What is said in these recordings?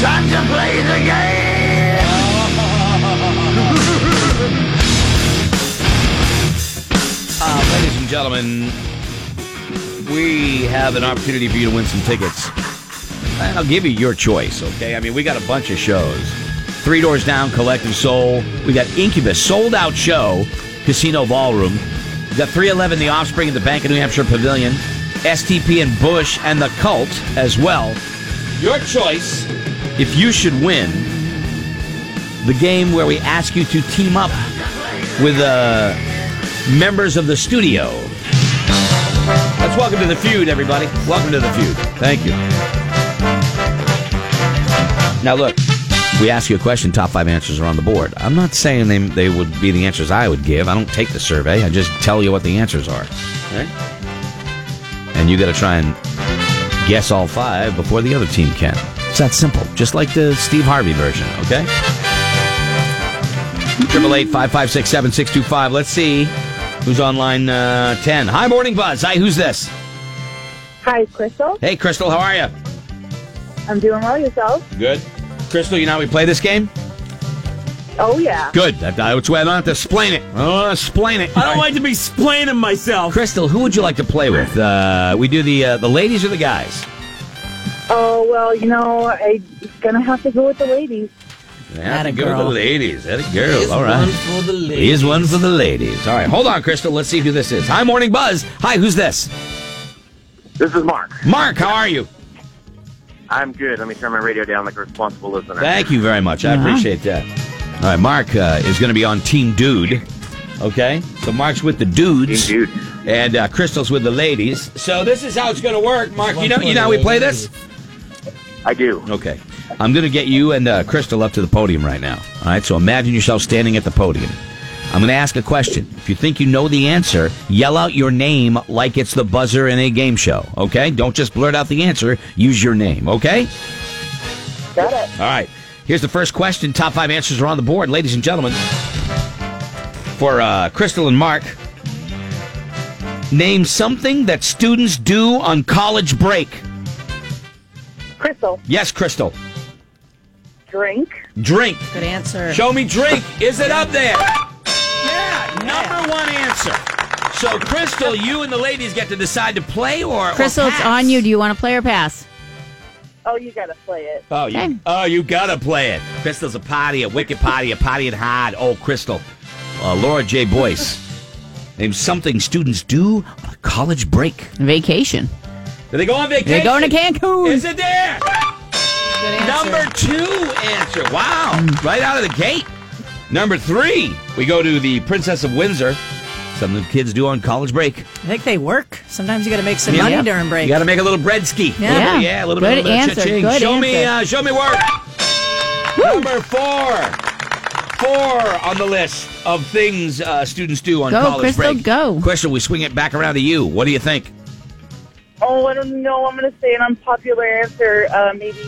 Time to play the game! Uh, ladies and gentlemen, we have an opportunity for you to win some tickets. And I'll give you your choice, okay? I mean, we got a bunch of shows. Three Doors Down, Collective Soul. We got Incubus, sold out show, Casino Ballroom. We got 311, The Offspring at the Bank of New Hampshire Pavilion. STP and Bush and The Cult as well. Your choice if you should win the game where we ask you to team up with uh, members of the studio. Let's welcome to the feud, everybody. Welcome to the feud. Thank you. Now, look, we ask you a question, top five answers are on the board. I'm not saying they, they would be the answers I would give. I don't take the survey, I just tell you what the answers are. Okay? And you got to try and guess all five before the other team can. It's that simple, just like the Steve Harvey version, okay? Triple eight five five six seven six two five. Let's see who's on line uh, ten. Hi, morning buzz. Hi, who's this? Hi, Crystal. Hey, Crystal, how are you? I'm doing well. Yourself? Good. Crystal, you know how we play this game? Oh yeah. Good. That, that's why I don't have to explain it. I don't want to explain it. I don't like to be splaining myself. Crystal, who would you like to play with? Uh, we do the uh, the ladies or the guys? Oh well, you know, I'm gonna have to go with the ladies. That Atta a girl. girl. the ladies. That a girl. Here's All right. one for the ladies. Here's one for the ladies. All right. Hold on, Crystal. Let's see who this is. Hi, morning buzz. Hi, who's this? This is Mark. Mark, how are you? I'm good. Let me turn my radio down like a responsible listener. Thank you very much. I appreciate that. All right, Mark uh, is going to be on Team Dude. Okay, so Mark's with the dudes, Team Dude. and uh, Crystal's with the ladies. So this is how it's going to work, Mark. You One know, for you know the how we play this. I do. Okay, I'm going to get you and uh, Crystal up to the podium right now. All right, so imagine yourself standing at the podium. I'm going to ask a question. If you think you know the answer, yell out your name like it's the buzzer in a game show. Okay, don't just blurt out the answer. Use your name. Okay. Got it. All right. Here's the first question. Top five answers are on the board, ladies and gentlemen. For uh, Crystal and Mark, name something that students do on college break. Crystal, Yes, Crystal. drink. Drink. Good answer. Show me drink. Is it up there? Yeah, number one answer. So, Crystal, you and the ladies get to decide to play or or Crystal, it's pass. on you. Do you want to play or pass? Oh, you gotta play it. Oh, you, Okay. oh, you gotta play it. Crystal's a potty, a wicked potty, a potty and hide. Oh, Crystal. Uh, Laura J. Boyce. Name something students do on a college break. Vacation. Do they go on vacation? They're going to Cancun. Is it there? Good answer. Number two answer. Wow. Right out of the gate. Number three, we go to the Princess of Windsor. Something the kids do on college break. I think they work. Sometimes you got to make some money during break. You got to make a little bread ski. A Yeah. little, yeah, a little bit, Good a little bit answer, of cha-ching. good show me, answer. uh, show me work. Number four, four on the list of things uh, students do on Go, college Crystal, break. go. Crystal, we swing it back around to you. What do you think? Oh, I don't know. I'm gonna say an unpopular answer. Uh, maybe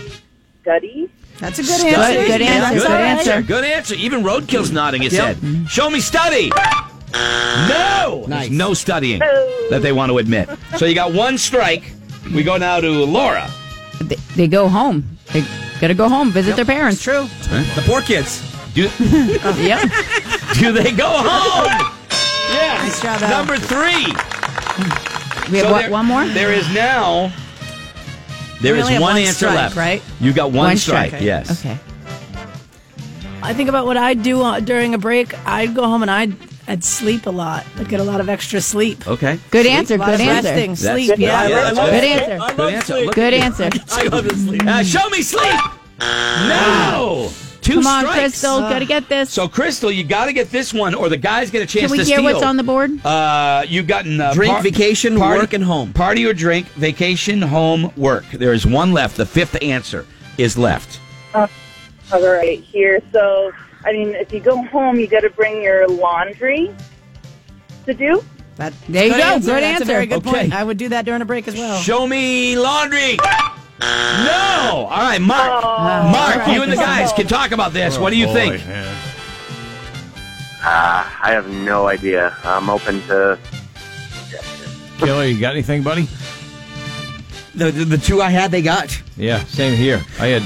study. That's a good Study. answer. Good Yeah, answer, that's good all right. answer. Good answer. Even Roadkill's nodding his head. Show me study. No, Nice. There's no studying Oh. that they want to admit. So you got one strike. We go now to Laura. They, they go home. They gotta go home, visit their parents. True. The poor kids. Do, Yep. do they go home? Yes. Nice job, Al. Number three. We have So what, there- one more. There is now. There We is only one, have one answer strike, left, right? You got one, One strike. strike. Yes. Okay. I think about what I'd do uh, during a break. I'd go home and I'd, I'd sleep a lot. I'd get a lot of extra sleep. Okay. Good answer. a lot Good of answer. resting, That's- sleep. yeah, Yeah, yeah, I that's love Good sleep. answer. I love Good answer. sleep. Look Good at you. answer. I love to sleep. Uh, show me sleep. No. Two Come on, strikes. Crystal. Gotta get this. So Crystal, you got to get this one, or the guys get a chance Can we to hear steal. what's on the board? Uh, you've gotten uh, Drink, par- vacation, party- work, and home. Party or drink, vacation, home, work. There is one left. The fifth answer is left. All right, here. So, I mean, if you go home, you gotta bring your laundry to do. That- There you good go. answer. Good That's answer. a very good Okay. point. I would do that during a break as well. Show me laundry. No. All right, Mark. Mark, you and the guys can talk about this. Oh, what do you think? Uh, I have no idea. I'm open to. Killer, you got anything, buddy? The, the, the two I had, they got. Yeah, same here. I had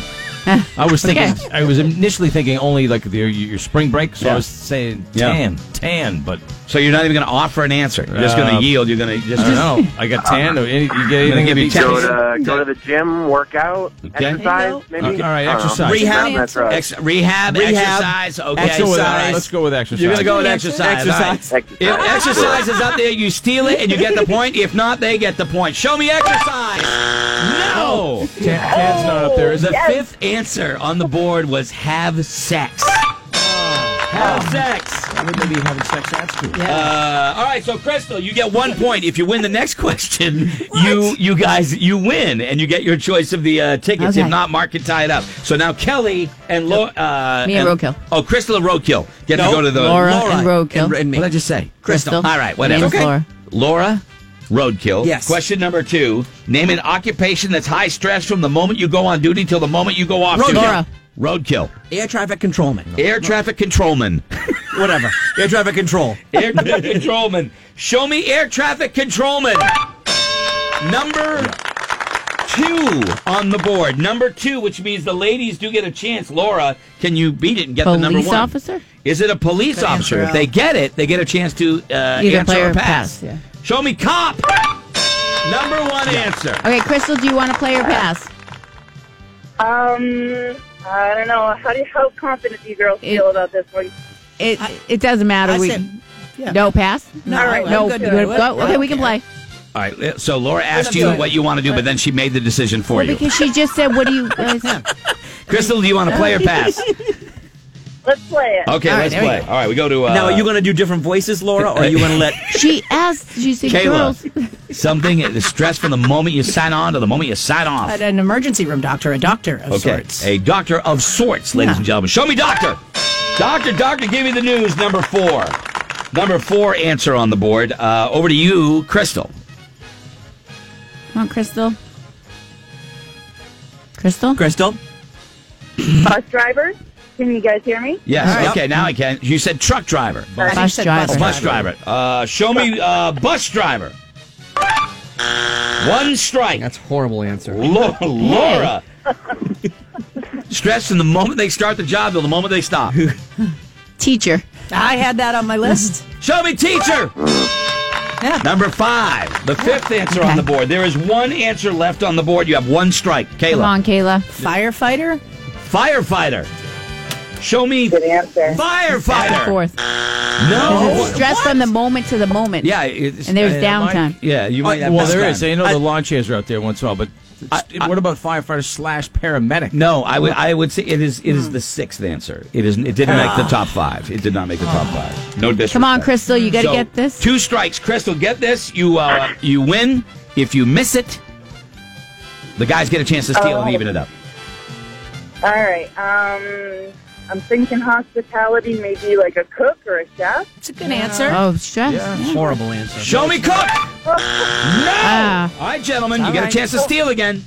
I was thinking. Okay. I was initially thinking only like the, your, your spring break, so Yeah. I was saying Yeah. tan, tan. But So you're not even going to offer an answer. You're just going Uh, to yield. You're going to just. I don't know. I got tan. Or any, you get I'm gonna anything give you that beats tan. Go tan? to go to the gym, workout, Okay. exercise, maybe. Okay, all right, I don't know. exercise. Rehab, That's right. ex- rehab, Rehab. exercise. Okay, Let's go with- sorry. Let's go with exercise. You're gonna go with Exercise. exercise. all right. Exercise. Exercise. If exercise is up there, you steal it and you get the point. If not, they get the point. Show me exercise. No. Tan, tan's not up there, is The it? fifth answer on the board was have sex. Have sex. Would they be having sex at school? Uh, all right, so Crystal, you get one point. If you win the next question, you you guys you win and you get your choice of the uh, tickets. If Okay. not, Mark can tie it up. So now Kelly and Lo- uh, Me and Roadkill. Oh, Crystal and Roadkill get to No, go to the Laura and Roadkill. And, and me. What did I just say? Crystal. All right, whatever. Name's Laura. Laura, roadkill. Yes. Question number two: Name an occupation that's high stress from the moment you go on duty till the moment you go off. duty. Laura. Roadkill. Air traffic controlman. Air traffic controlman. Whatever. Air traffic control. Air traffic controlman. Show me air traffic controlman. Number two on the board. Number two, which means the ladies do get a chance. Laura, can you beat it and get the number Police one? officer? Is it a police officer? If they get it, they get a chance to uh, Either answer play or or pass. pass, yeah. Show me cop. Number one answer. Okay, Crystal, do you want to play or pass? Um, I don't know. How do you, how confident do you girls feel about this one? It it doesn't matter. I we said- yeah. no pass. No, All right, I'm no. good you to wanna do it. go? I Okay, don't we can care. play. All right. uh, So Laura asked I'm you good. what you want to do, but then she made the decision for Well, you. because she just said, "What do you?" Uh, Crystal, do you want to play or pass? Okay, Let's play it. All right, let's there we play. go. All right, we go to. Uh, now, are you going to do different voices, Laura, or are you going to let. she asked. She said, "Girls." Kayla, something is stress from the moment you sign on to the moment you sign off. At an emergency room doctor, a doctor of sorts. A doctor of sorts, ladies and gentlemen. Show me doctor. Doctor, doctor, give me the news. Number four. Number four answer on the board. Uh, over to you, Crystal. Come on, Crystal. Crystal. Crystal? Bus driver, can you guys hear me? Yes. All right. Okay, now I can. You said truck driver. Bus Bus said driver. bus Bus driver. Uh, show me uh, bus driver. One strike. That's a horrible answer. Laura. Laura. Stress from the moment they start the job till the moment they stop. Teacher. I had that on my list. Show me teacher. Number five, the fifth answer on Okay. the board. There is one answer left on the board. You have one strike. Come Kayla, on, Kayla. Firefighter. firefighter. Show me Good answer. firefighter. Fourth. No. Stress from the moment to the moment. Oh, Yeah, it's, uh, And there's Yeah, mine- downtime. yeah. You might have well, there downtime. is. You know, the lawn chairs are out there once in a while, but it's- I- what about firefighter slash paramedic? No, I would. I would say it is. It is the sixth answer. It is. It didn't make the top five. It did not make the top five. No disrespect. Come on, Crystal. You got to So, get this. Two strikes, Crystal. Get this. You uh, you win. If you miss it, the guys get a chance to steal and Oh. even it up. All right. Um, I'm thinking hospitality, maybe like a cook or a chef. It's a good answer. Oh, stress. Horrible answer. Show me Cook. No. Ah. All right, gentlemen, you All get right. a chance to steal again.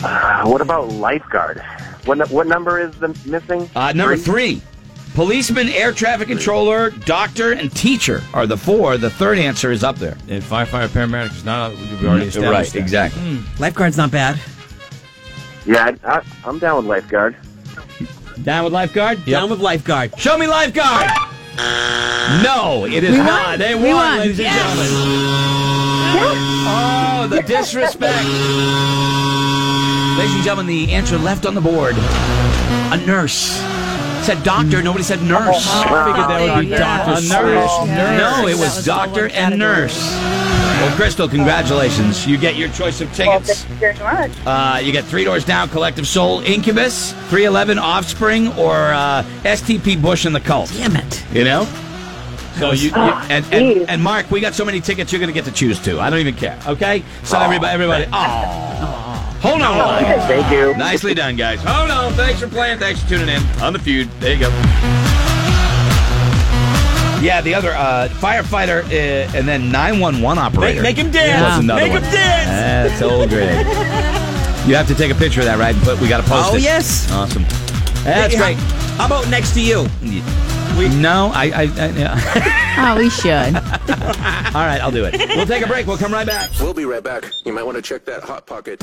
Uh, what about lifeguard? What nu- what number is the missing? Uh, number three, policeman, air traffic controller, doctor, and teacher are the four. The third answer is up there. And firefighter paramedic is not. We already established right, that. exactly. Lifeguard's not bad. Yeah, I, I, I'm down with lifeguard. Down with lifeguard. Down with lifeguard. Show me lifeguard. No, it is We not. won. They We won, won. ladies and Yes. gentlemen. Oh, the disrespect. ladies and gentlemen, the answer left on the board. A nurse. It said doctor, nobody said nurse. I figured that would be Yeah. doctor A nurse. slash No, it was That was doctor the one and category. nurse. Well, Crystal, congratulations. You get your choice of Well, tickets. thank you very much. Uh, you get Three Doors Down, Collective Soul, Incubus, 311 Offspring, or uh, STP Bush and the Cult. Damn it. You know? So you, you and, geez. and, and Mark, we got so many tickets you're going to get to choose two. I don't even care. Okay? So everybody, everybody. Oh, hold on. Elaine. Thank you. Nicely done, guys. Hold on. Thanks for playing. Thanks for tuning in on the feud. There you go. Yeah, the other uh, firefighter uh, and then 911 Make, operator. make him That was dance. another Make him one. dance. That's old grade. You have to take a picture of that, right? But we got to post Oh, it. yes. Awesome. That's Hey, great. How, how about next to you? no, I. I, I yeah. Oh, we should. All right, I'll do it. We'll take a break. We'll come right back. We'll be right back. You might want to check that hot pocket.